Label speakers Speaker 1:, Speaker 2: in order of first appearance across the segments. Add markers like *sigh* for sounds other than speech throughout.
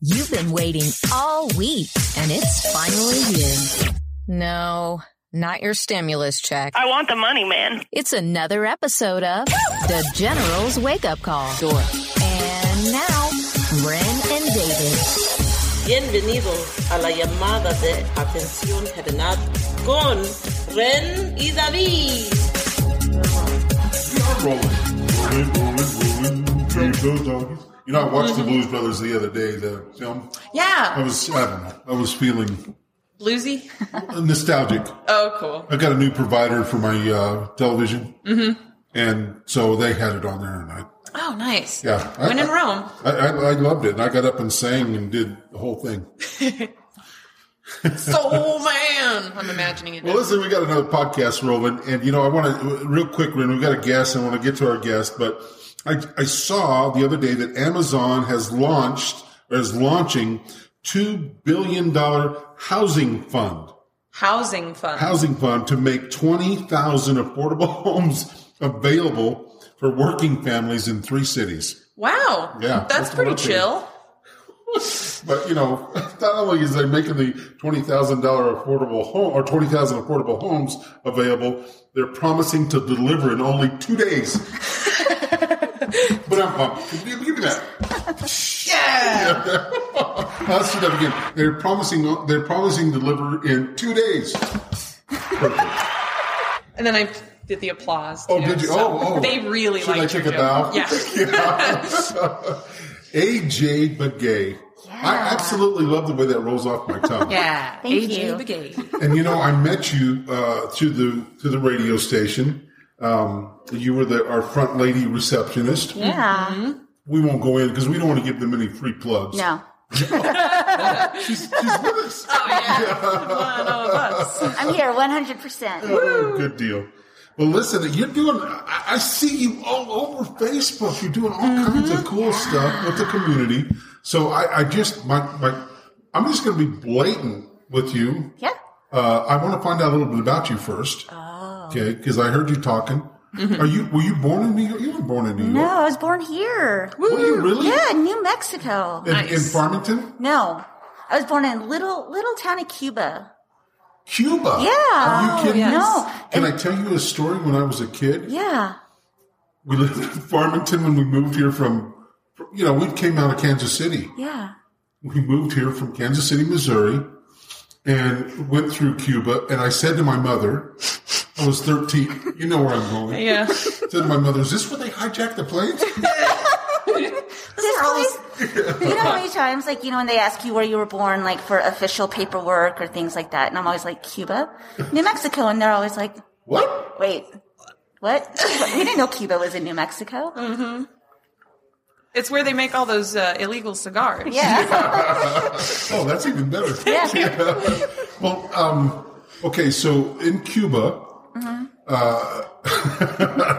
Speaker 1: You've been waiting all week and it's finally here. No, not your stimulus check.
Speaker 2: I want the money, man.
Speaker 1: It's another episode of The General's Wake Up Call. Sure. And now, Ren and David.
Speaker 3: Bienvenidos a la llamada de atención general con Ren y David.
Speaker 4: rolling, rolling, rolling, rolling. Blues Brothers Doggies. You know, I watched the Blues Brothers the other day. The film. I
Speaker 3: Yeah.
Speaker 4: was, I don't know. I was feeling
Speaker 3: Bluesy.
Speaker 4: nostalgic.
Speaker 3: Oh, cool.
Speaker 4: I got a new provider for my uh, television, mm-hmm. and so they had it on there, and I,
Speaker 3: Oh, nice.
Speaker 4: yeah, I,
Speaker 3: When in
Speaker 4: I-
Speaker 3: Rome.
Speaker 4: I, I, I loved it, and I got up and sang and did the whole thing.
Speaker 3: Soul man. I'm imagining it.
Speaker 4: Well, listen, we got another podcast rolling, and you know, I want to real quick. When we got a guest, I want to get to our guest, but I, I saw the other day that Amazon has launched or is launching two billion dollar housing fund,
Speaker 3: Housing fund.
Speaker 4: housing fund to make twenty thousand affordable *laughs* homes available for working families in three cities.
Speaker 3: wow.
Speaker 4: Yeah,
Speaker 3: That's
Speaker 4: that's
Speaker 3: pretty
Speaker 4: working.
Speaker 3: chill.
Speaker 4: But you know, *laughs* not only is they making the twenty thousand dollar affordable home or twenty thousand affordable homes available, they're promising to deliver in only
Speaker 3: *laughs*
Speaker 4: two days. but I'm pumped. Give me- give me that.
Speaker 3: Yeah.
Speaker 4: Let's do that again. They're promising. They're promising to deliver in two days. Perfect.
Speaker 3: And then I did the applause.
Speaker 4: Oh,
Speaker 3: too,
Speaker 4: did you?
Speaker 3: so
Speaker 4: Oh, oh.
Speaker 3: They really
Speaker 4: Should I
Speaker 3: liked
Speaker 4: take
Speaker 3: your
Speaker 4: a bow?
Speaker 3: joke.
Speaker 4: *laughs*
Speaker 3: Yeah. *laughs*
Speaker 4: AJ Begay. I absolutely love the way that rolls off my
Speaker 3: *laughs*
Speaker 4: tongue.
Speaker 3: yeah.
Speaker 2: Thank
Speaker 3: AJ
Speaker 2: you.
Speaker 5: *laughs*
Speaker 3: Begay.
Speaker 4: And you know, I met you uh, through the through the radio station. Um, you were the our front lady receptionist.
Speaker 5: Yeah.
Speaker 4: We won't go in because we don't want to give them any free plugs.
Speaker 5: No.
Speaker 4: she's, she's with us.
Speaker 3: One of us.
Speaker 5: I'm here 100%.
Speaker 4: Oh, good deal. Well, listen, you're doing. I, I see you all over Facebook. You're doing all kinds of cool stuff with the community. So I, I just my my. I'm just going to be blatant with you.
Speaker 5: Yeah.
Speaker 4: Uh, I want to find out a little bit about you first.
Speaker 5: Oh.
Speaker 4: Okay, because I heard you talking. Are you? Were you born in New York? You were born in New
Speaker 5: Mm-hmm. No,
Speaker 4: York.
Speaker 5: I was born here.
Speaker 4: Were you really?
Speaker 5: Yeah, New Mexico.
Speaker 4: In, in
Speaker 3: Nice.
Speaker 4: Farmington,
Speaker 5: No. I was born in little little town of Cuba.
Speaker 4: Cuba.
Speaker 5: Yeah. Oh,
Speaker 4: Are you kidding?
Speaker 3: yes.
Speaker 4: me?
Speaker 5: No.
Speaker 4: Can I tell you a story? When I was a kid,
Speaker 5: Yeah.
Speaker 4: we lived in Farmington when we moved here from. You know, we came out of Kansas City.
Speaker 5: Yeah.
Speaker 4: we moved here from Kansas City, Missouri, and went through Cuba. And I said to my mother, I was 13, you know where I'm going.
Speaker 3: Yeah.
Speaker 4: Said to my mother, Is this where they hijacked the planes?
Speaker 5: This place, you know how many times, like, you know, when they ask you where you were born, like for official paperwork or things like that, and I'm always like, Cuba? New Mexico, and they're always like,
Speaker 4: What?
Speaker 5: wait, what? *laughs* we didn't know Cuba was in New Mexico.
Speaker 3: It's where they make all those uh, illegal cigars.
Speaker 5: Yeah.
Speaker 4: Oh, that's even
Speaker 5: *laughs*
Speaker 4: better. *laughs* well, um, okay, so in Cuba,
Speaker 5: Mm-hmm.
Speaker 4: uh,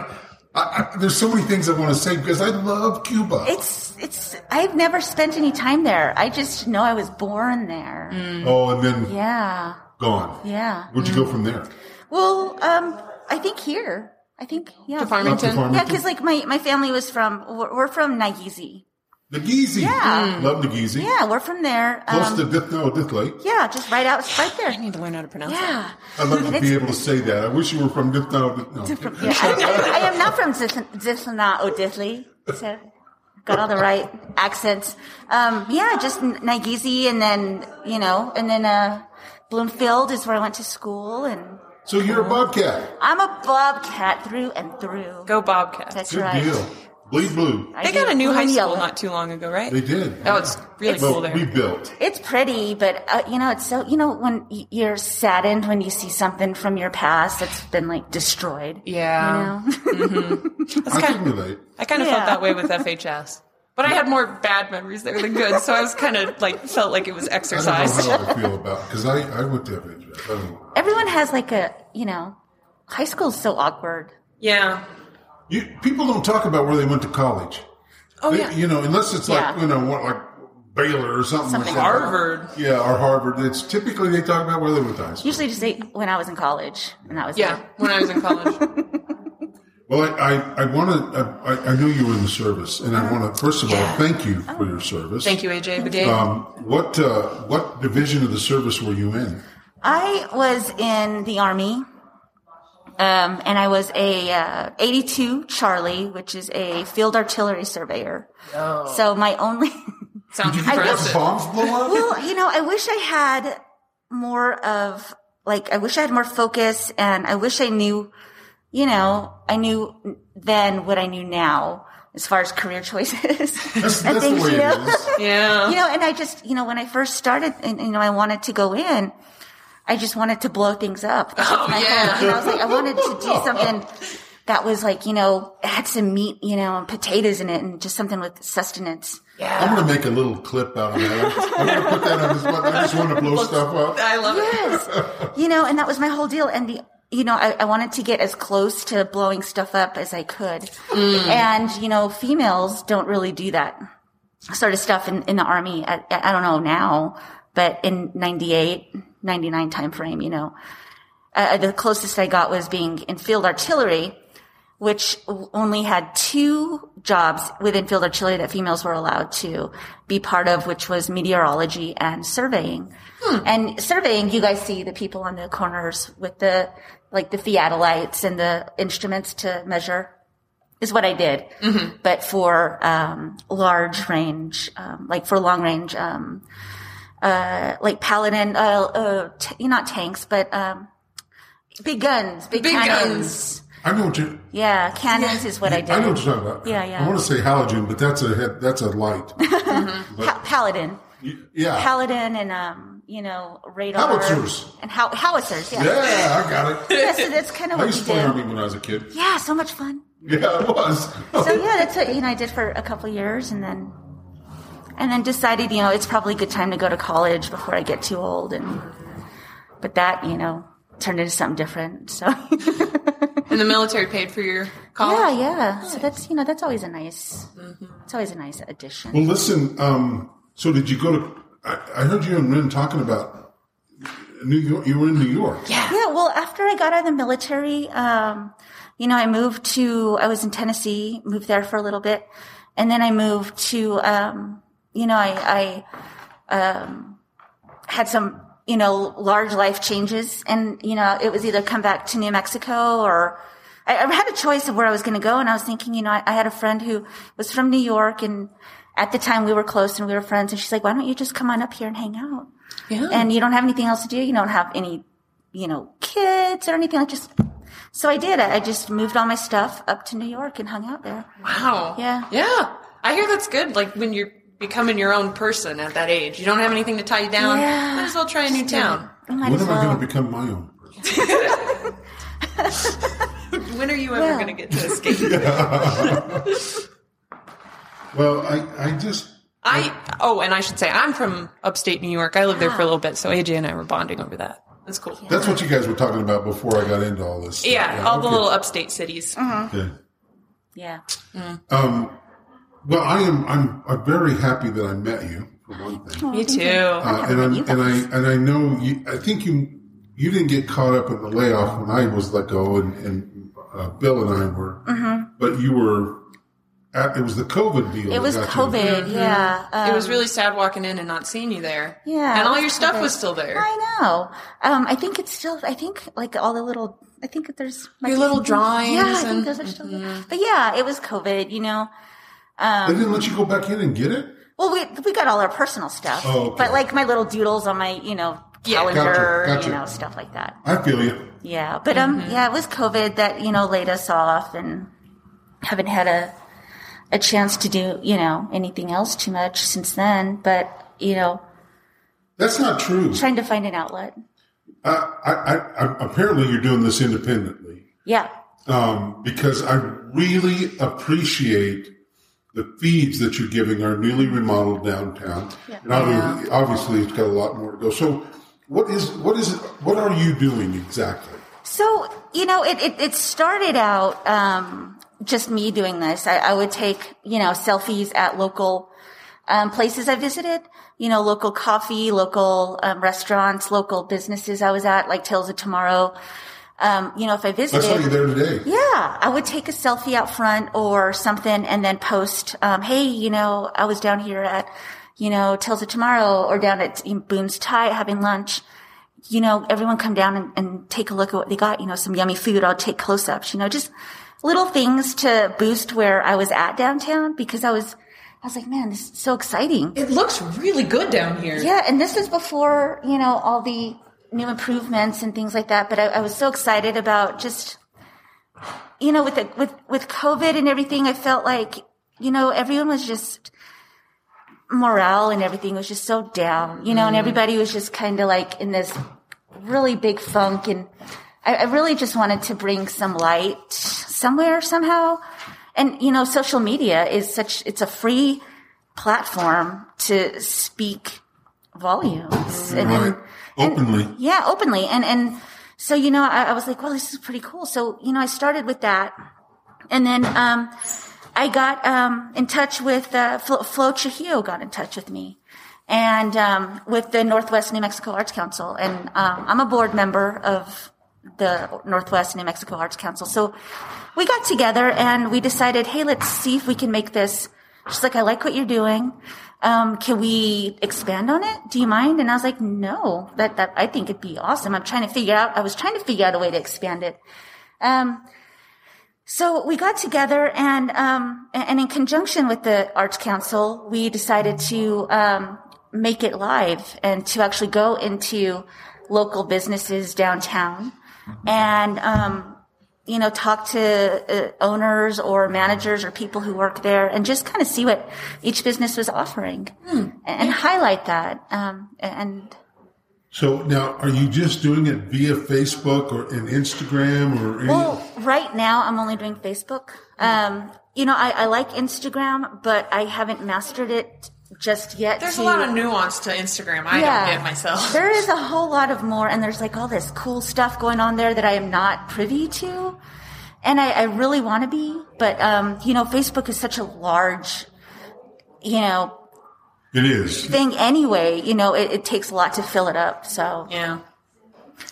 Speaker 4: *laughs* I, I, there's so many things I want to say because I love Cuba.
Speaker 5: It's, it's, I've never spent any time there. I just know I was born there.
Speaker 3: Mm.
Speaker 4: oh, and then
Speaker 5: Yeah.
Speaker 4: gone.
Speaker 5: Yeah. Mm.
Speaker 4: Where'd you go from there?
Speaker 5: Well, um, I think here. I think yeah.
Speaker 3: To Farmington.
Speaker 4: Up to Farmington?
Speaker 5: Yeah, because like my, my family was from we're, we're from Nagizi.
Speaker 4: Nagizi.
Speaker 5: Yeah.
Speaker 4: Love Nagizi.
Speaker 5: Yeah, we're from there.
Speaker 4: Close
Speaker 5: Um,
Speaker 4: to Dith- no, Dith Lake.
Speaker 5: yeah, just right out, right
Speaker 3: I
Speaker 5: there.
Speaker 3: need to learn how to pronounce that.
Speaker 5: Yeah.
Speaker 4: I'd love to
Speaker 5: It's-
Speaker 4: be able to say that. I wish you were from Dith- no, Dith- no.
Speaker 5: Yeah, I, I am not from Zithana Odithli, so got all the right accents. Um, yeah, just N- Nagizi, and then you know, and then uh, Bloomfield is where I went to school, and
Speaker 4: So you're a bobcat.
Speaker 5: I'm a bobcat through and through.
Speaker 3: Go Bobcats.
Speaker 5: That's
Speaker 4: Good
Speaker 5: right.
Speaker 4: deal. Bleed blue.
Speaker 5: I
Speaker 3: They
Speaker 5: do
Speaker 3: got a new
Speaker 5: blue
Speaker 3: high
Speaker 5: and
Speaker 3: school
Speaker 5: yellow.
Speaker 3: not too long ago, right?
Speaker 4: They did.
Speaker 3: Oh, it's really
Speaker 5: It's-
Speaker 3: cool
Speaker 4: well,
Speaker 3: there.
Speaker 4: rebuilt.
Speaker 5: It's pretty, but uh, you know, it's so you know when y- you're saddened when you see something from your past that's been like destroyed.
Speaker 3: yeah,
Speaker 5: You know?
Speaker 4: I can relate.
Speaker 3: I kind of
Speaker 5: Yeah.
Speaker 3: felt that way with FHS, but I had more bad memories there than good, so I was kind of like felt like it was
Speaker 4: I don't
Speaker 3: exercise.
Speaker 4: know how I feel about because I I went to FHS. I don't know.
Speaker 5: Everyone has like a you know, high school's so awkward.
Speaker 3: Yeah.
Speaker 4: You, people don't talk about where they went to college.
Speaker 3: Oh
Speaker 4: They-
Speaker 3: yeah.
Speaker 4: You know, unless it's like
Speaker 5: Yeah.
Speaker 4: you know what, like Baylor or something. Or something.
Speaker 5: Something.
Speaker 3: Harvard.
Speaker 4: Yeah, or Harvard. It's typically they talk about where they went to high school.
Speaker 5: Usually, just say when I was in college, and that was
Speaker 3: Yeah,
Speaker 5: it.
Speaker 3: when I was in college.
Speaker 4: Well, I, I, I want to, I, I knew you were in the service, and I want to, first of all, thank you for your service.
Speaker 2: Thank you, AJ Bidet.
Speaker 4: Um, what, uh, what division of the service were you in?
Speaker 5: I was in the army, um, and I was a uh, 82 Charlie, which is a field artillery surveyor. So my only, *laughs*
Speaker 2: Sounds
Speaker 4: Did you have
Speaker 2: impressive.
Speaker 4: bombs blow up?
Speaker 5: well, you know, I wish I had more of like I wish I had more focus, and I wish I knew, you know, I knew then what I knew now as far as career *laughs* choices
Speaker 4: That's,
Speaker 5: and
Speaker 4: that's the
Speaker 5: things,
Speaker 4: way
Speaker 5: you
Speaker 4: it
Speaker 5: know.
Speaker 4: is.
Speaker 2: Yeah.
Speaker 5: you know, and I just, you know, when I first started and, you know, I wanted to go in, I just wanted to blow
Speaker 2: *laughs*
Speaker 5: things up. Oh,
Speaker 2: yeah.
Speaker 5: And I was like, I wanted to
Speaker 2: *laughs*
Speaker 5: do something that was like, you know, had some meat, you know, and potatoes in it and just something with sustenance.
Speaker 4: I'm going to make a little clip out of that. I'm going to put that on this button. I just want to blow stuff up.
Speaker 2: I love it. *laughs*
Speaker 5: Yes. you know, and that was my whole deal. And the, you know, I, I wanted to get as close to blowing stuff up as I could.
Speaker 2: Mm.
Speaker 5: And, you know, females don't really do that sort of stuff in, in the army. I, I don't know now, but in 98, 99 timeframe, you know, uh, the closest I got was being in field artillery, which only had two jobs within field artillery that females were allowed to be part of, which was meteorology and surveying. And surveying, you guys see the people on the corners with the, like the theodolites and the instruments to measure is what I did. But for, um, large range, um, like for long range, um, uh, like paladin, uh, uh, t- not tanks, but, um, big guns, big,
Speaker 2: Big
Speaker 5: cannons.
Speaker 2: guns.
Speaker 4: I know what you,
Speaker 5: Yeah, cannons is what I did.
Speaker 4: I know what you're talking about.
Speaker 5: Yeah, yeah.
Speaker 4: I want to say halogen, but that's a head, that's a
Speaker 5: *laughs*
Speaker 4: light.
Speaker 5: Pa- Paladin,
Speaker 4: Yeah.
Speaker 5: paladin, and um, you know, radar
Speaker 4: Ah. Howitzers.
Speaker 5: and how- howitzers. Yeah,
Speaker 4: yeah, I got it.
Speaker 5: *laughs* Yeah, so that's kind of
Speaker 4: I
Speaker 5: what
Speaker 4: used to
Speaker 5: you
Speaker 4: play army
Speaker 5: did.
Speaker 4: when I was a kid.
Speaker 5: Yeah, so much fun.
Speaker 4: Yeah, it was. *laughs*
Speaker 5: So yeah, that's what you know I did for a couple years, and then and then decided you know it's probably a good time to go to college before I get too old, and but that you know turned into something different. So *laughs*
Speaker 2: And the military paid for your
Speaker 5: yeah,
Speaker 2: college.
Speaker 5: yeah. So that's you know that's always a nice it's always a nice addition.
Speaker 4: Well, listen. Um, so, did you go to? I, I heard you and Ren talking about New York. You were in New York. Yeah.
Speaker 5: Yeah, well, after I got out of the military, um, you know, I moved to, I was in Tennessee, moved there for a little bit. And then I moved to, um, you know, I, I um, had some, you know, large life changes. And, you know, it was either come back to New Mexico or I, I had a choice of where I was going to go. And I was thinking, you know, I, I had a friend who was from New York and at the time we were close and we were friends. And she's like, why don't you just come on up here and hang out?
Speaker 2: Yeah.
Speaker 5: and you don't have anything else to do. You don't have any, you know, kids or anything like just. So I did. I I just moved all my stuff up to New York and hung out there.
Speaker 2: Wow.
Speaker 5: Yeah.
Speaker 2: Yeah. I hear that's good. Like when you're becoming your own person at that age, you don't have anything to tie you down.
Speaker 5: Yeah.
Speaker 2: Might as well try a new town.
Speaker 5: I might
Speaker 4: When
Speaker 5: as
Speaker 4: am I
Speaker 5: well.
Speaker 4: going to become my own? *laughs* person?
Speaker 2: When are you ever
Speaker 5: Yeah.
Speaker 2: going to get to escape?
Speaker 4: *laughs* Well, I, I just
Speaker 2: I oh, and I should say I'm from upstate New York. I lived there for a little bit, so AJ and I were bonding over that. That's cool. Yeah,
Speaker 4: that's what you guys were talking about before I got into all this.
Speaker 2: all the
Speaker 4: okay.
Speaker 2: little upstate cities.
Speaker 4: Okay.
Speaker 5: yeah.
Speaker 4: Well, I am. I'm. I'm very happy that I met you for one thing.
Speaker 2: Me too.
Speaker 5: Um,
Speaker 4: Uh, and, I'm, and I and I know you, I think you you didn't get caught up in the layoff when I was let go, and, and uh, Bill and I were, but you were. At, it was the COVID deal.
Speaker 5: It
Speaker 4: that
Speaker 5: was
Speaker 4: got you.
Speaker 5: COVID. Yeah.
Speaker 2: Mm-hmm. it
Speaker 5: Um,
Speaker 2: was really sad walking in and not seeing you there.
Speaker 5: Yeah,
Speaker 2: and all
Speaker 5: it
Speaker 2: your
Speaker 5: was
Speaker 2: stuff
Speaker 5: COVID.
Speaker 2: was still there.
Speaker 5: I know. Um, I think it's still. I think like all the little. I think that there's might
Speaker 2: Your
Speaker 5: be
Speaker 2: little
Speaker 5: some things-
Speaker 2: drawings
Speaker 5: Yeah, I think
Speaker 2: and- Mm-hmm.
Speaker 5: those are still. there. But yeah, it was COVID. You know.
Speaker 4: They didn't let you go back in and get it.
Speaker 5: Well, we we got all our personal stuff,
Speaker 4: Oh, okay.
Speaker 5: but like my little doodles on my you know
Speaker 2: Yeah. Gotcha,
Speaker 5: calendar,
Speaker 4: gotcha.
Speaker 5: you know stuff like that.
Speaker 4: I feel you.
Speaker 5: Yeah, but um, yeah, it was COVID that you know laid us off, and haven't had a a chance to do you know anything else too much since then. But you know,
Speaker 4: That's not true.
Speaker 5: trying to find an outlet.
Speaker 4: I, I, I, I, apparently, you're doing this independently
Speaker 5: Yeah,
Speaker 4: um, because I really appreciate the feeds that you're giving our newly remodeled downtown. And obviously, obviously, it's got a lot more to go. So, what is what is what are you doing exactly?
Speaker 5: So, you know, it, it, it started out um, just me doing this. I, I would take, you know, selfies at local um, places I visited, you know, local coffee, local um, restaurants, local businesses I was at, like Tales of Tomorrow. um, you know, if I
Speaker 4: I
Speaker 5: visited,
Speaker 4: saw you there today.
Speaker 5: yeah, I would take a selfie out front or something and then post, um, hey, you know, I was down here at, you know, Tales of Tomorrow or down at Boone's Thai having lunch. You know, everyone come down and, and take a look at what they got, you know, some yummy food. I'll take close ups, you know, just little things to boost where I was at downtown because I was, I was like, man, this is so exciting.
Speaker 2: It looks really good down here.
Speaker 5: Yeah, and this was before, you know, all the new improvements and things like that. But I, I was so excited about just, you know, with the, with with COVID and everything, I felt like, you know, everyone was just morale and everything was just so down, you know, and everybody was just kind of like in this really big funk, and I, I really just wanted to bring some light somewhere somehow. And you know, social media is such it's a free platform to speak volumes and then
Speaker 4: Right. Openly.
Speaker 5: yeah openly and and so you know I, I was like well this is pretty cool so you know i started with that and then um i got um in touch with uh flo, flo Trujillo got in touch with me and um with the northwest new mexico arts council and um i'm a board member of the northwest new mexico arts council so we got together and we decided hey let's see if we can make this she's like i like what you're doing um, can we expand on it? Do you mind? And I was like, no, that, that, I think it'd be awesome. I'm trying to figure out, I was trying to figure out a way to expand it. Um, so we got together and, um, a- and in conjunction with the Arts Council, we decided to, um, make it live and to actually go into local businesses downtown and, um, you know, talk to uh, owners or managers or people who work there and just kind of see what each business was offering
Speaker 2: Hmm.
Speaker 5: and, and highlight that. Um, and
Speaker 4: So now, are you just doing it via Facebook or an Instagram or any?
Speaker 5: Well, right now I'm only doing Facebook. Um, you know, I, I like Instagram, but I haven't mastered it just yet.
Speaker 2: There's
Speaker 5: to-
Speaker 2: a lot of nuance to Instagram. I don't get
Speaker 5: *laughs*
Speaker 2: myself.
Speaker 5: There is a whole lot of more, and there's like all this cool stuff going on there that I am not privy to, and I, I really want to be. But um, you know, Facebook is such a large, you know,
Speaker 4: it is.
Speaker 5: thing anyway. You know, it, it takes a lot to fill it up. So
Speaker 2: Yeah.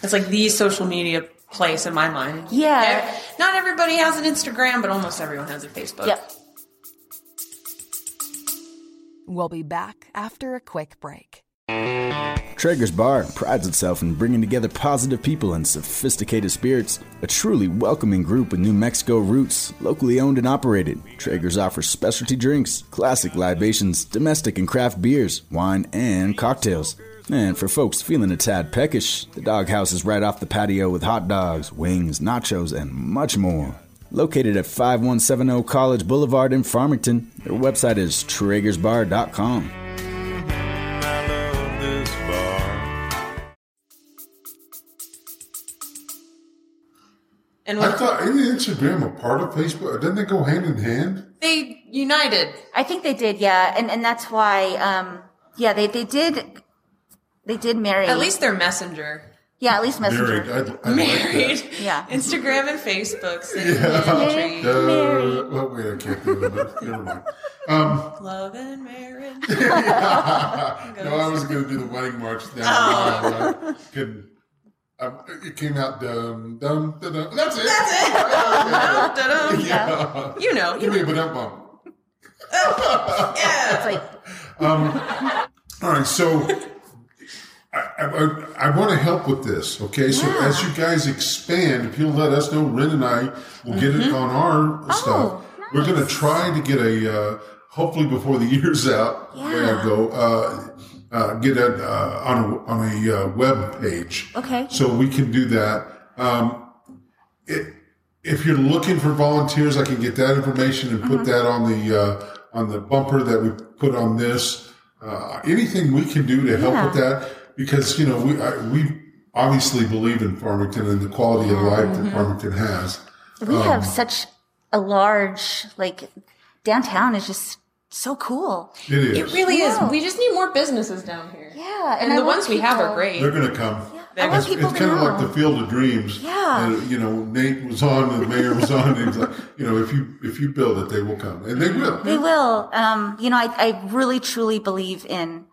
Speaker 2: It's like the social media place in my mind.
Speaker 5: Yeah.
Speaker 2: Ev- Not everybody has an Instagram, but almost everyone has a Facebook.
Speaker 5: yep.
Speaker 6: We'll be back after a quick break.
Speaker 7: Traeger's Bar prides itself in bringing together positive people and sophisticated spirits. A truly welcoming group with New Mexico roots, locally owned and operated. Traeger's offers specialty drinks, classic libations, domestic and craft beers, wine, and cocktails. And for folks feeling a tad peckish, the doghouse is right off the patio with hot dogs, wings, nachos, and much more. Located at 5170 College Boulevard in Farmington, their website is traegersbar.com.
Speaker 2: And
Speaker 4: I
Speaker 2: when
Speaker 4: thought isn't Instagram a part of Facebook? Doesn't it go hand in hand?
Speaker 2: they united.
Speaker 5: I think they did, yeah, and and that's why, um, yeah, they they did, they did marry.
Speaker 2: At least their messenger.
Speaker 5: yeah, at least Messenger.
Speaker 4: Married. I, I
Speaker 2: Married. *laughs*
Speaker 4: Like that.
Speaker 5: Yeah.
Speaker 2: Instagram and Facebook. Same
Speaker 4: Yeah.
Speaker 2: country.
Speaker 4: *laughs* Uh, well, wait, I can't think of it. Never mind. Um,
Speaker 2: Love and
Speaker 4: *laughs*
Speaker 2: marriage.
Speaker 4: no, I was going to do the wedding march. Down oh. I couldn't. Um, it came out dum dum dum. dum. That's it. That's it.
Speaker 2: Da-dum. You know.
Speaker 4: *laughs* Give me a banana bump.
Speaker 5: It's like
Speaker 4: All right, so I, I, I want to help with this. Okay, so as you guys expand, if you'll let us know, Ren and I will get it on our stuff. We're going to try to get a uh, hopefully before the *laughs* year's out. There I go. Uh, uh, get it uh, on a, on a uh, web page.
Speaker 5: Okay.
Speaker 4: So we can do that. Um, it, if you're looking for volunteers, I can get that information and put that on the uh, on the bumper that we put on this. Uh, anything we can do to help with that, because you know we I, we obviously believe in Farmington and the quality of life that Farmington has.
Speaker 5: we have such a large like downtown is just so cool.
Speaker 4: It is.
Speaker 2: It really is. We just need more businesses down here.
Speaker 5: Yeah,
Speaker 2: And,
Speaker 5: I
Speaker 2: the
Speaker 5: want
Speaker 2: ones we have
Speaker 5: people-
Speaker 2: are great.
Speaker 4: They're going to come.
Speaker 5: I want
Speaker 4: It's,
Speaker 5: people to
Speaker 4: kind of
Speaker 5: know.
Speaker 4: like the Field of Dreams.
Speaker 5: Yeah.
Speaker 4: Uh, you know, Nate was on, and the mayor was on. And he's like, you know, if you if you build it, they will come, and they will.
Speaker 5: they will. Um, you know, I, I really truly believe in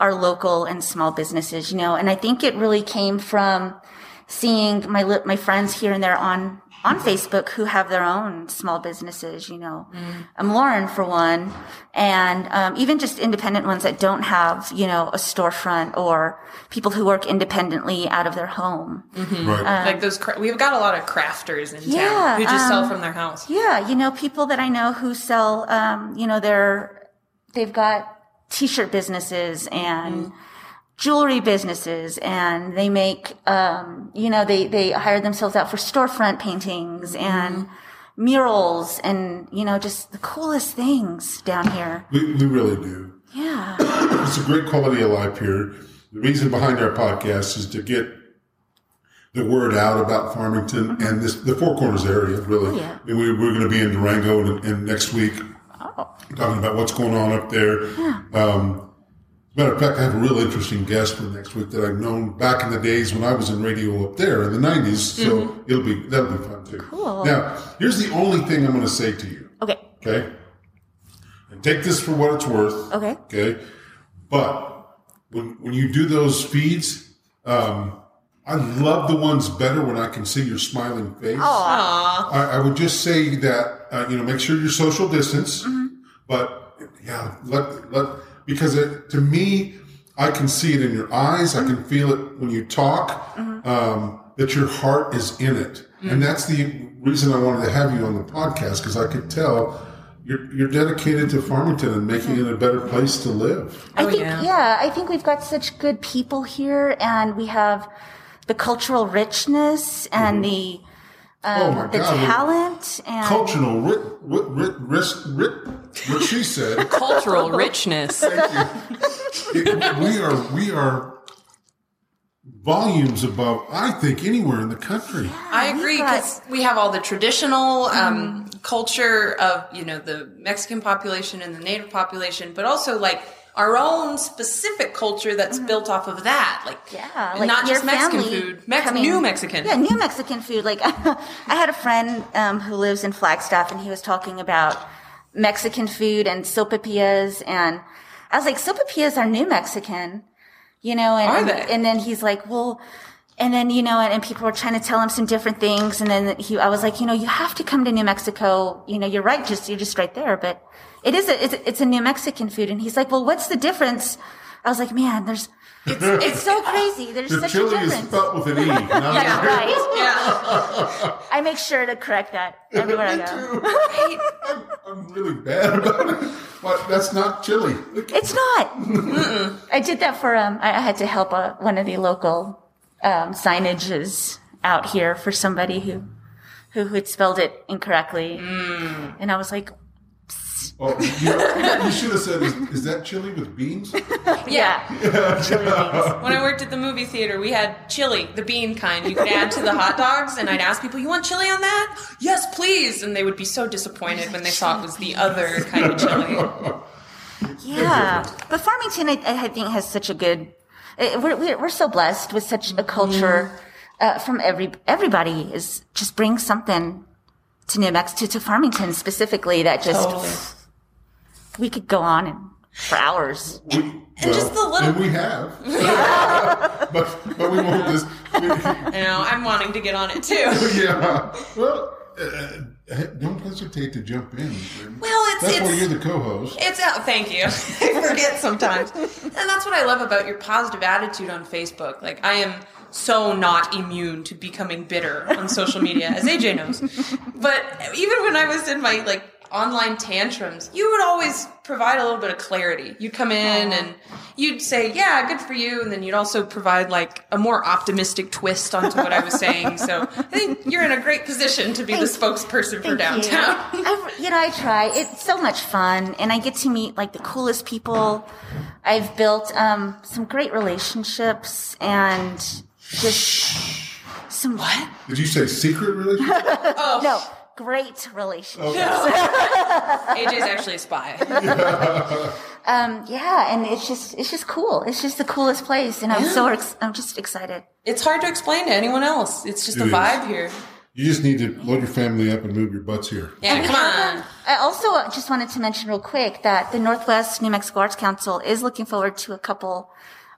Speaker 5: our local and small businesses. You know, and I think it really came from seeing my li- my friends here and there on on Facebook who have their own small businesses. You know, I'm Lauren for one, and um, even just independent ones that don't have you know a storefront or people who work independently out of their home.
Speaker 4: Right.
Speaker 5: Uh,
Speaker 2: like those, cra- we've got a lot of crafters in
Speaker 5: Yeah,
Speaker 2: town who just sell
Speaker 5: um,
Speaker 2: from their house.
Speaker 5: Yeah, you know, people that I know who sell, um, you know, their they've got t-shirt businesses and
Speaker 4: Mm-hmm.
Speaker 5: jewelry businesses, and they make, um, you know, they they hire themselves out for storefront paintings
Speaker 4: Mm-hmm.
Speaker 5: and murals, and you know, just the coolest things down here.
Speaker 4: We, we really do.
Speaker 5: Yeah,
Speaker 4: It's a great quality of life here. The reason behind our podcast is to get the word out about Farmington and this the Four Corners area, really.
Speaker 5: Mm-hmm. yeah.
Speaker 4: And we, we're going to be in Durango and, and next week
Speaker 5: Oh.
Speaker 4: talking about what's going on up there. Um, matter of fact, I have a real interesting guest for next week that I've known back in the days when I was in radio up there in the 90s. So it'll be, that'll be fun too.
Speaker 5: Mm-hmm. Cool.
Speaker 4: Now, here's the only thing I'm going to say to you.
Speaker 5: Okay.
Speaker 4: Okay. And take this for what it's worth.
Speaker 5: Okay.
Speaker 4: Okay. But when when you do those feeds, um, I love the ones better when I can see your smiling face. I, I would just say that uh, you know make sure you social distance, but yeah, let let because it, to me, I can see it in your eyes. I can feel it when you talk. Um, that your heart is in it,
Speaker 5: Mm.
Speaker 4: and that's the reason I wanted to have you on the podcast because I could tell. You're, you're dedicated to Farmington and making it a better place to live.
Speaker 5: I think, yeah. I think we've got such good people here, and we have the cultural richness and the um,
Speaker 4: oh my
Speaker 5: the
Speaker 4: God! we-
Speaker 5: talent and
Speaker 4: Cultural, ri ri ri ri- ri- what she said.
Speaker 2: *laughs*
Speaker 5: *laughs*
Speaker 2: Cultural richness.
Speaker 4: It- we are we are volumes above I think anywhere in the country.
Speaker 2: I agree
Speaker 5: Oh, got- Mm-hmm.
Speaker 2: because we have all the traditional um, culture of you know the Mexican population and the Native population, but also like our own specific culture that's built off of that, like
Speaker 5: Mm-hmm. Yeah,
Speaker 2: and
Speaker 5: like
Speaker 2: not
Speaker 5: your
Speaker 2: just Mexican
Speaker 5: family
Speaker 2: food, Mex-
Speaker 5: coming-
Speaker 2: new Mexican.
Speaker 5: Yeah, new Mexican food. Like *laughs* I had a friend um, who lives in Flagstaff, and he was talking about Mexican food and sopapillas, and I was like, sopapillas are new Mexican, you know? And,
Speaker 2: Are
Speaker 5: and,
Speaker 2: they?
Speaker 5: and then he's like, well. And then, you know, and, and people were trying to tell him some different things. And then he, I was like, you know, you have to come to New Mexico. You know, you're right. Just, you're just right there. But it is, a, it's, a- it's a New Mexican food. And he's like, well, what's the difference? I was like, man, there's, it's, it's so crazy. There's
Speaker 4: The
Speaker 5: such
Speaker 4: chili
Speaker 5: a
Speaker 4: is
Speaker 5: difference.
Speaker 4: spelt with an E. not an
Speaker 5: *laughs* yeah,
Speaker 4: R.
Speaker 5: right.
Speaker 2: Yeah,
Speaker 5: I make sure to correct that everywhere I
Speaker 4: Me
Speaker 5: go.
Speaker 4: *laughs* too. I'm, I'm really bad about it. But that's not chili.
Speaker 5: It's not. I did that for um. I I had to help uh one of the local um, signages out here for somebody who who had spelled it incorrectly, and I was like,
Speaker 4: Oh, you, you should have said, is, is that chili with beans?
Speaker 5: yeah. Chili beans.
Speaker 2: when I worked at the movie theater, we had chili, the bean kind, you could add to the hot dogs, and I'd ask people, "You want chili on that?" Yes, please, and they would be so disappointed when they saw it was the other kind of chili.
Speaker 5: Yeah, but Farmington, I, I think, has such a good. eh, We're we're, we're so blessed with such a culture. Uh, from every everybody is just brings something to New Mexico to, to Farmington specifically that just
Speaker 2: Totally.
Speaker 5: we could go on and for hours.
Speaker 4: We, well,
Speaker 2: just the little-
Speaker 4: And we have. *laughs* but, but we won't just. *laughs*
Speaker 2: You know, I'm wanting to get on it too.
Speaker 5: *laughs*
Speaker 4: yeah. Well, uh, don't hesitate to jump in.
Speaker 2: Well, it's-
Speaker 4: That's why
Speaker 2: it's-
Speaker 4: you're the co host.
Speaker 2: It's out. Thank you. *laughs* I forget sometimes. and that's what I love about your positive attitude on Facebook. Like, I am so not immune to becoming bitter on social media, as AJ knows. But even when I was in my, like, online tantrums, you would always provide a little bit of clarity. You'd come in and you'd say, yeah, good for you. And then you'd also provide, like, a more optimistic twist onto what I was saying. So I think you're in a great position to be the spokesperson for
Speaker 5: Thank you.
Speaker 2: downtown.
Speaker 5: *laughs* I, you know, I try. It's so much fun, and I get to meet like the coolest people. I've built um, some great relationships and just some what?
Speaker 4: Did you say secret relationship?
Speaker 5: No, great relationships.
Speaker 2: AJ's actually a spy.
Speaker 5: Um, yeah, and it's just it's just cool. It's just the coolest place, and I'm so ex- I'm just excited.
Speaker 2: It's hard to explain to anyone else. It's just
Speaker 4: It
Speaker 2: a
Speaker 4: is.
Speaker 2: vibe here.
Speaker 4: You just need to load your family up and move your butts here.
Speaker 2: Yeah, come on.
Speaker 5: I also just wanted to mention real quick that the Northwest New Mexico Arts Council is looking forward to a couple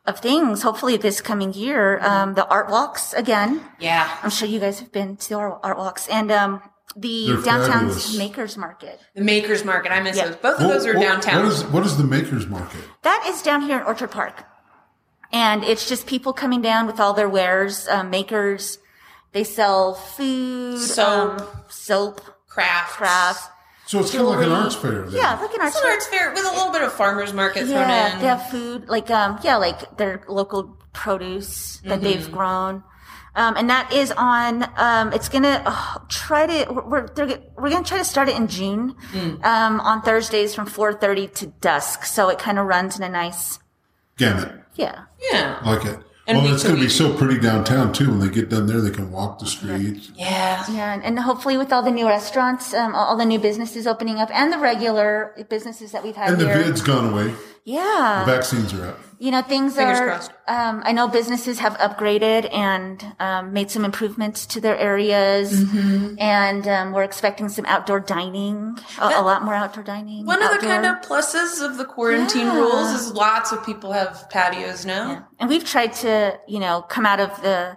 Speaker 5: of things. Hopefully this coming year, um, the art walks again.
Speaker 2: Yeah.
Speaker 5: I'm sure you guys have been to the art, art walks and um, the
Speaker 4: They're
Speaker 5: downtown
Speaker 4: fabulous.
Speaker 5: makers market.
Speaker 2: The Maker's Market. I miss
Speaker 5: Yeah.
Speaker 2: those. Both of those are
Speaker 4: What- what-
Speaker 2: downtown.
Speaker 4: What is, what is the Maker's Market?
Speaker 5: That is down here in Orchard Park. And it's just people coming down with all their wares, um, makers. They sell food,
Speaker 2: Soap.
Speaker 5: um, soap,
Speaker 2: crafts.
Speaker 5: crafts.
Speaker 4: So it's kind of like an
Speaker 5: jewelry.
Speaker 4: arts fair. Then.
Speaker 5: Yeah, like an
Speaker 2: It's
Speaker 5: arts
Speaker 2: an
Speaker 5: fair.
Speaker 2: arts fair with a little bit of farmer's market
Speaker 5: Yeah,
Speaker 2: thrown
Speaker 5: they
Speaker 2: in.
Speaker 5: have food like um yeah like their local produce that
Speaker 2: Mm-hmm.
Speaker 5: they've grown, um and that is on um it's gonna oh, try to we're we're, they're, go- we're gonna try to start it in June,
Speaker 2: Mm.
Speaker 5: um on Thursdays from four thirty to dusk so it kind of runs in a nice
Speaker 4: Gamut.
Speaker 5: yeah
Speaker 2: Yeah.
Speaker 4: Like it.
Speaker 2: And
Speaker 4: well,
Speaker 2: week
Speaker 4: it's
Speaker 2: to
Speaker 4: going to be
Speaker 2: week.
Speaker 4: so pretty downtown too. When they get done there, they can walk the streets.
Speaker 2: Yeah.
Speaker 5: yeah and, and hopefully with all the new restaurants um all all the new businesses opening up and the regular businesses that we've had
Speaker 4: And the
Speaker 5: here
Speaker 4: vid's gone away.
Speaker 5: yeah
Speaker 4: Vaccines are out.
Speaker 5: you know things
Speaker 2: Fingers
Speaker 5: are
Speaker 2: crossed.
Speaker 5: um, i know businesses have upgraded and um, made some improvements to their areas
Speaker 4: Mm-hmm.
Speaker 5: and um, we're expecting some outdoor dining a, a lot more outdoor dining
Speaker 2: One of the
Speaker 5: outdoor.
Speaker 2: kind of pluses of the quarantine
Speaker 5: Yeah.
Speaker 2: rules is lots of people have patios now.
Speaker 5: and we've tried to you know come out of the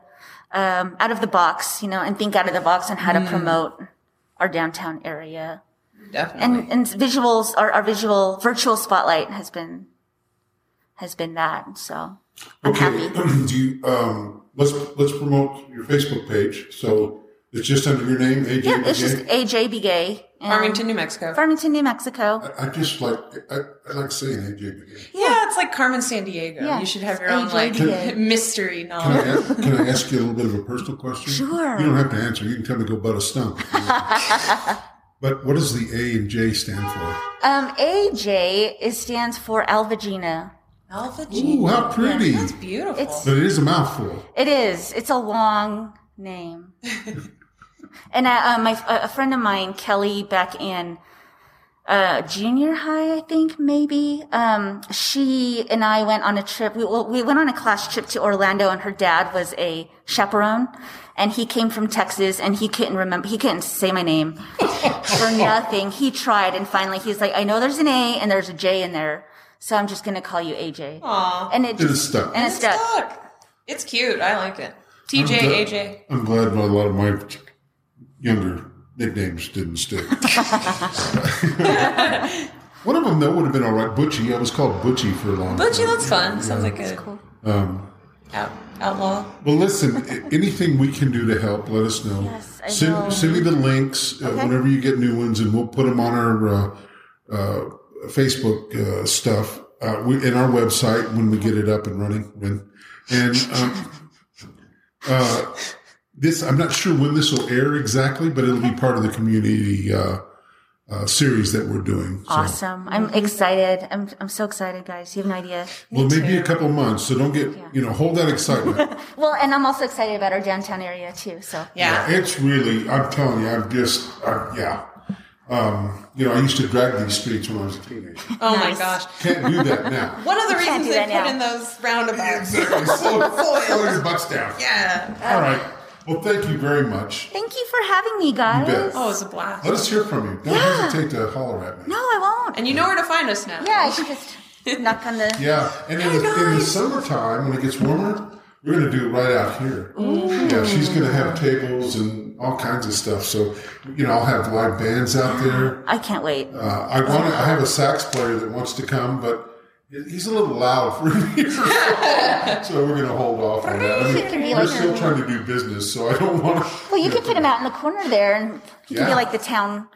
Speaker 5: um, out of the box you know and think out of the box on how
Speaker 2: Hmm.
Speaker 5: to promote our downtown area
Speaker 2: Definitely.
Speaker 5: and and visuals our, our visual virtual spotlight has been has been that so
Speaker 4: Okay. *clears throat* Do you, um, let's let's promote your Facebook page. So it's just under your name, AJ.
Speaker 5: yeah it's
Speaker 4: McGee.
Speaker 5: just aj begay and-
Speaker 2: Farmington, New Mexico.
Speaker 5: Farmington, New Mexico.
Speaker 4: I just like I, I like saying AJ. McGee.
Speaker 2: yeah, it's like Carmen San Diego.
Speaker 5: Yeah,
Speaker 2: You should
Speaker 5: it's
Speaker 2: have your own like *laughs*
Speaker 5: AJDA.
Speaker 2: mystery
Speaker 4: Can I,
Speaker 2: novel.
Speaker 4: ask, can I ask you a little bit of a personal question?
Speaker 5: Oh. Sure.
Speaker 4: You don't have to answer. You can tell me to go butt a
Speaker 5: *laughs*
Speaker 4: stump. but what does the A and J stand for?
Speaker 5: Um, AJ is stands for Alvagina.
Speaker 2: Alpha
Speaker 4: Ooh,
Speaker 2: G.
Speaker 4: how pretty!
Speaker 2: That's beautiful.
Speaker 5: It's-
Speaker 4: but it is a mouthful.
Speaker 5: It is. It's a long name. and I, uh, my a a friend of mine, Kelly, back in uh, junior high, I think maybe. Um, she and I went on a trip. We well, we went on a class trip to Orlando, and her dad was a chaperone, and he came from Texas, and he couldn't remember. He couldn't say my name for nothing. He tried, and finally, he's like, "I know there's an A and there's a J in there." So I'm just gonna call you AJ, and it
Speaker 4: It
Speaker 5: just
Speaker 4: is stuck.
Speaker 5: and it stuck.
Speaker 2: Look, it's cute. I like it.
Speaker 4: I'm
Speaker 2: TJ,
Speaker 4: glad-
Speaker 2: AJ.
Speaker 4: I'm glad a lot of my younger nicknames didn't stick. *laughs* One of them though would have been all right. Butchie. I was called Butchie for a long time.
Speaker 2: Butchie, that's fun. Sounds like a
Speaker 4: Um,
Speaker 2: out, outlaw.
Speaker 4: Well, listen, i- anything we can do to help, let us know.
Speaker 5: Yes, I
Speaker 4: send,
Speaker 5: will.
Speaker 4: send me the links uh, whenever you get new ones, and we'll put them on our uh, uh, Facebook uh, stuff uh, we, in our website when we get it up and running. When and
Speaker 5: *laughs*
Speaker 4: um, uh, this, I'm not sure when this will air exactly, but it'll be part of the community uh, uh, series that we're doing. So.
Speaker 5: Awesome. I'm excited. I'm, I'm so excited, guys. You have no idea.
Speaker 4: Well, maybe a couple months, so don't get you know hold that excitement.
Speaker 5: Well, and I'm also excited about our downtown area too. So
Speaker 2: Yeah.
Speaker 4: It's really, I'm telling you, I'm just, i yeah. Um, you know, I used to drag these streets when I was a teenager.
Speaker 2: Oh
Speaker 5: Nice.
Speaker 2: my gosh.
Speaker 4: Can't do that
Speaker 2: *laughs*
Speaker 4: now.
Speaker 2: One of the
Speaker 5: can't
Speaker 2: reasons
Speaker 5: do
Speaker 2: they
Speaker 5: that
Speaker 2: put
Speaker 5: now.
Speaker 2: in those
Speaker 4: *laughs*
Speaker 2: roundabouts.
Speaker 4: Exactly. Slow, slow your butts down.
Speaker 2: yeah.
Speaker 4: All right. Well, thank you very much.
Speaker 5: thank you for having me,
Speaker 4: bet.
Speaker 5: guys.
Speaker 2: Oh, it's a blast.
Speaker 4: Let us hear from you. Don't hesitate to holler at me.
Speaker 5: No, I won't.
Speaker 2: And you know where to find us now.
Speaker 5: Yeah, I can
Speaker 2: *laughs*
Speaker 5: just knock on the.
Speaker 4: Yeah, and in, the, in the summertime when it gets warmer, we're gonna do it right out here. Yeah, she's gonna have tables and all kinds of stuff. So, you know, I'll have live bands out there.
Speaker 5: I can't wait.
Speaker 4: Uh, I want. I have a sax player that wants to come, but he's a little loud for me, *laughs* so we're going to hold off on that. I
Speaker 5: It can be
Speaker 4: we're
Speaker 5: like-
Speaker 4: still trying to do business, so I don't want to.
Speaker 5: Well, you can put him out in the corner there, and he can
Speaker 4: Yeah.
Speaker 5: be like the town,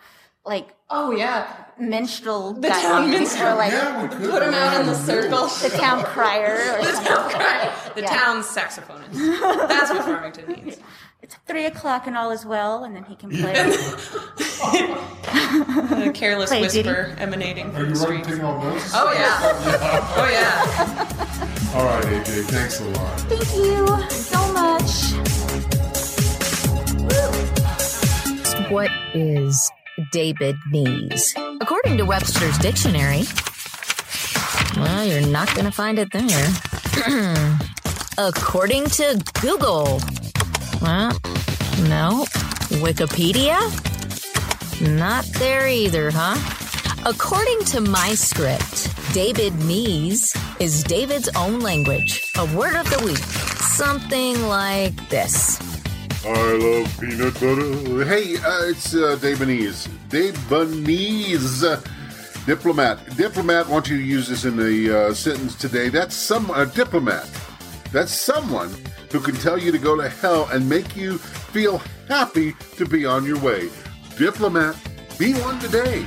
Speaker 5: like
Speaker 2: Oh, yeah.
Speaker 5: minstrel. The
Speaker 2: town minstrel.
Speaker 5: Or like
Speaker 4: Yeah, we could
Speaker 2: Put them out in the
Speaker 4: middle. *laughs*
Speaker 2: circle. *laughs*
Speaker 5: the *laughs* town crier. Or something.
Speaker 2: the
Speaker 5: Yeah.
Speaker 2: town's saxophonist. That's what Farmington means.
Speaker 5: It's three o'clock and all is well, and then he *laughs* can play.
Speaker 2: A careless
Speaker 5: Play Diddy.
Speaker 2: whisper emanating
Speaker 4: Are
Speaker 2: from
Speaker 4: you
Speaker 2: the
Speaker 4: ready
Speaker 2: streets.
Speaker 4: taking all notes?
Speaker 2: Oh, yeah.
Speaker 4: *laughs*
Speaker 2: Oh, yeah.
Speaker 4: All right, AJ. Thanks a lot.
Speaker 5: Thank you so much.
Speaker 1: What is David Knees? According to Webster's Dictionary, well, you're not going to find it there. *clears throat* According to Google, well, no. Wikipedia? Not there either, huh? According to my script, David Knees is David's own language. A word of the week. Something like this.
Speaker 4: I love peanut butter. Hey, uh, it's uh, Debonese. Debonese. Diplomat. Diplomat, want you to use this in the uh, sentence today. That's some a diplomat. That's someone who can tell you to go to hell and make you feel happy to be on your way. Diplomat, be one today.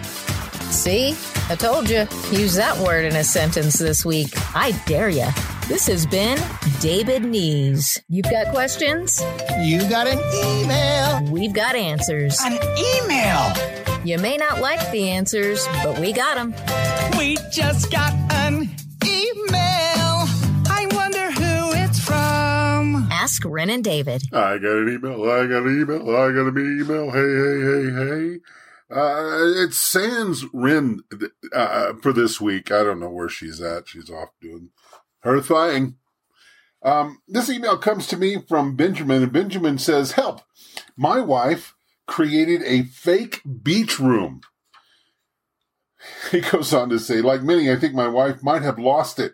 Speaker 1: See? I told you. Use that word in a sentence this week. I dare you. This has been David Knees. You've got questions?
Speaker 8: You got an email.
Speaker 1: We've got answers.
Speaker 8: An email.
Speaker 1: You may not like the answers, but we got them.
Speaker 8: We just got an email. I wonder who it's from.
Speaker 1: Ask Ren and David.
Speaker 4: I got an email. I got an email. I got an email. Hey, hey, hey, hey. Uh, it's Sans Rin uh, for this week. I don't know where she's at. She's off doing her thing. Um, this email comes to me from Benjamin, and Benjamin says, Help! My wife created a fake beach room. *laughs* He goes on to say, Like many, I think my wife might have lost it,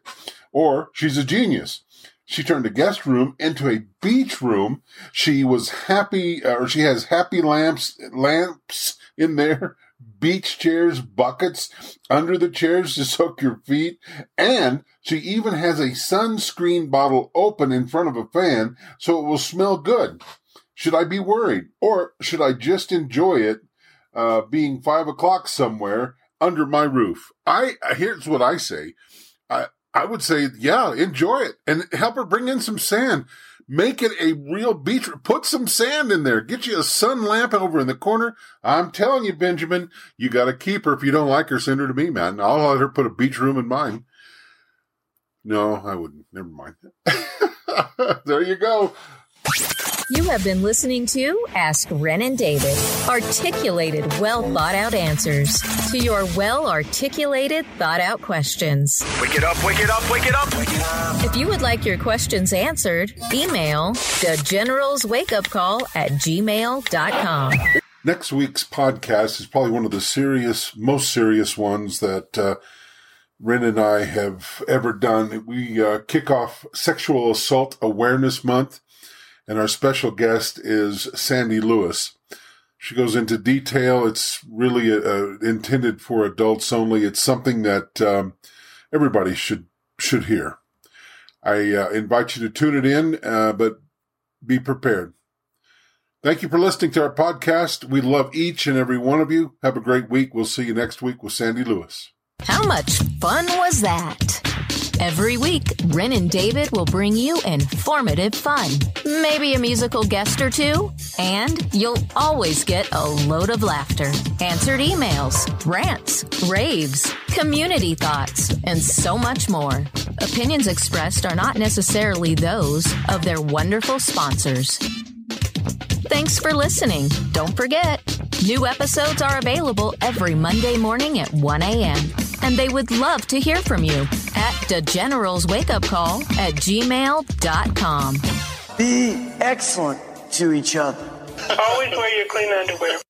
Speaker 4: or she's a genius. She turned a guest room into a beach room. She was happy, uh, or she has happy lamps, lamps in there, *laughs* beach chairs, buckets under the chairs to soak your feet, and she even has a sunscreen bottle open in front of a fan so it will smell good. Should I be worried, or should I just enjoy it uh, being five o'clock somewhere under my roof? I here's what I say. I I would say, yeah, enjoy it and help her bring in some sand. Make it a real beach. Put some sand in there. Get you a sun lamp over in the corner. I'm telling you, Benjamin, you got to keep her. If you don't like her, send her to me, man. I'll let her put a beach room in mine. No, I wouldn't. Never mind. *laughs* there you go.
Speaker 1: You have been listening to Ask Ren and David. Articulated, well thought out answers to your well articulated, thought out questions.
Speaker 9: Wake it up, wake it up, wake it up.
Speaker 1: If you would like your questions answered, email the general's wake up call at gmail.com.
Speaker 4: Next week's podcast is probably one of the serious, most serious ones that uh, Ren and I have ever done. We uh, kick off Sexual Assault Awareness Month and our special guest is Sandy Lewis. She goes into detail. It's really uh, intended for adults only. It's something that um, everybody should should hear. I uh, invite you to tune it in, uh, but be prepared. Thank you for listening to our podcast. We love each and every one of you. Have a great week. We'll see you next week with Sandy Lewis.
Speaker 1: How much fun was that? Every week, Ren and David will bring you informative fun, maybe a musical guest or two, and you'll always get a load of laughter, answered emails, rants, raves, community thoughts, and so much more. Opinions expressed are not necessarily those of their wonderful sponsors. Thanks for listening. Don't forget, new episodes are available every Monday morning at 1 a.m. And they would love to hear from you at DeGeneral's wake up call at gmail.com.
Speaker 10: Be excellent to each other.
Speaker 11: Always wear your clean underwear.